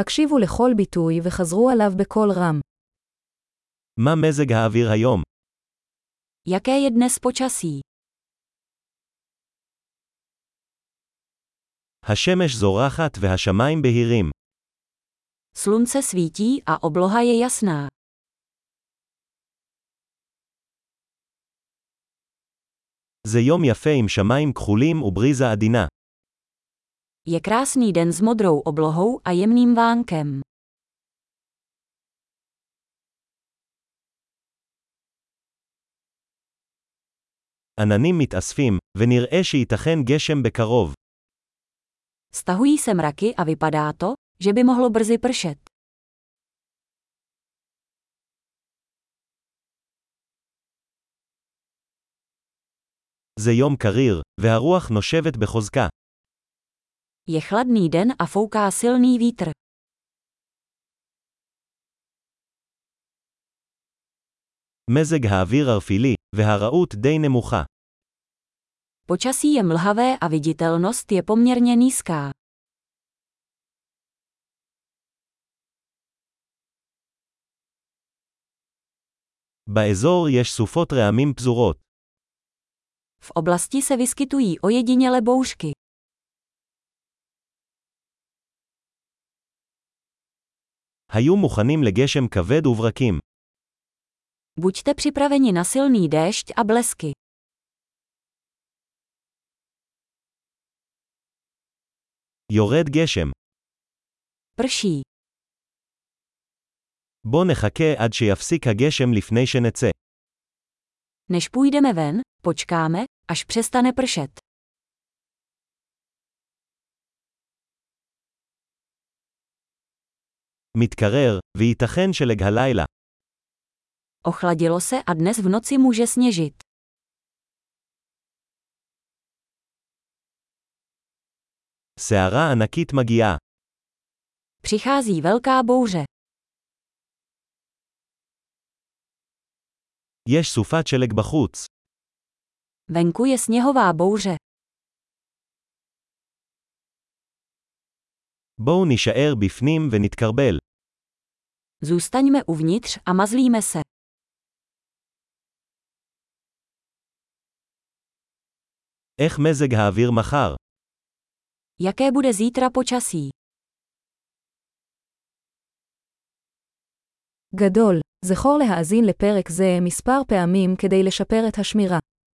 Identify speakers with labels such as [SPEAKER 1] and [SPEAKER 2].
[SPEAKER 1] הקשיבו לכל ביטוי וחזרו עליו בקול רם.
[SPEAKER 2] מה מזג האוויר היום?
[SPEAKER 3] Jaké je dnes počasí?
[SPEAKER 2] השמש זורחת והשמיים בהירים.
[SPEAKER 3] Slunce svítí a obloha je jasná.
[SPEAKER 2] זה יום יפה עם שמיים כחולים ובריזה עדינה.
[SPEAKER 3] Je krásný den s modrou oblohou a jemným vánkem.
[SPEAKER 2] עננים מתאספים, ונראה שייתכן גשם בקרוב.
[SPEAKER 3] Stahují se mraky a vypadá to, že by mohlo brzy pršet.
[SPEAKER 2] זה יום קריר, והרוח נושבת בחוזקה.
[SPEAKER 3] Je chladný den a fouká silný vítr.
[SPEAKER 2] מזג האוויר ערפילי, והרעות די נמוכה.
[SPEAKER 3] Počasí je mlhavé a viditelnost je poměrně nízká.
[SPEAKER 2] באזור יש סופות רעמים פזורות.
[SPEAKER 3] V oblasti se vyskytují ojediněle bouřky.
[SPEAKER 2] היו מוכנים לגשם כבד וברקים.
[SPEAKER 3] Buďte připraveni na silný déšť a blesky.
[SPEAKER 2] יורד גשם.
[SPEAKER 3] Prší.
[SPEAKER 2] בוא נחכה עד שיפסיק הגשם לפני שנצא.
[SPEAKER 3] Než půjdeme ven, počkáme, až přestane pršet.
[SPEAKER 2] מתקרר, וייתכן שלג הלילה.
[SPEAKER 3] Ochladilo se a dnes v noci může sněžit.
[SPEAKER 2] סערה ענקית מגיעה.
[SPEAKER 3] Přichází velká bouře.
[SPEAKER 2] יש סופת שלג בחוץ.
[SPEAKER 3] Venku je sněhová bouře.
[SPEAKER 2] בואו נישאר בפנים ונתקרבל.
[SPEAKER 3] Zůstaňme uvnitř a mazlíme se.
[SPEAKER 2] איך מזג האוויר מחר?
[SPEAKER 3] Jaké bude zítra počasí?
[SPEAKER 1] גדול, זכור להאזין לפרק זה מספר פעמים כדי לשפר את השמירה.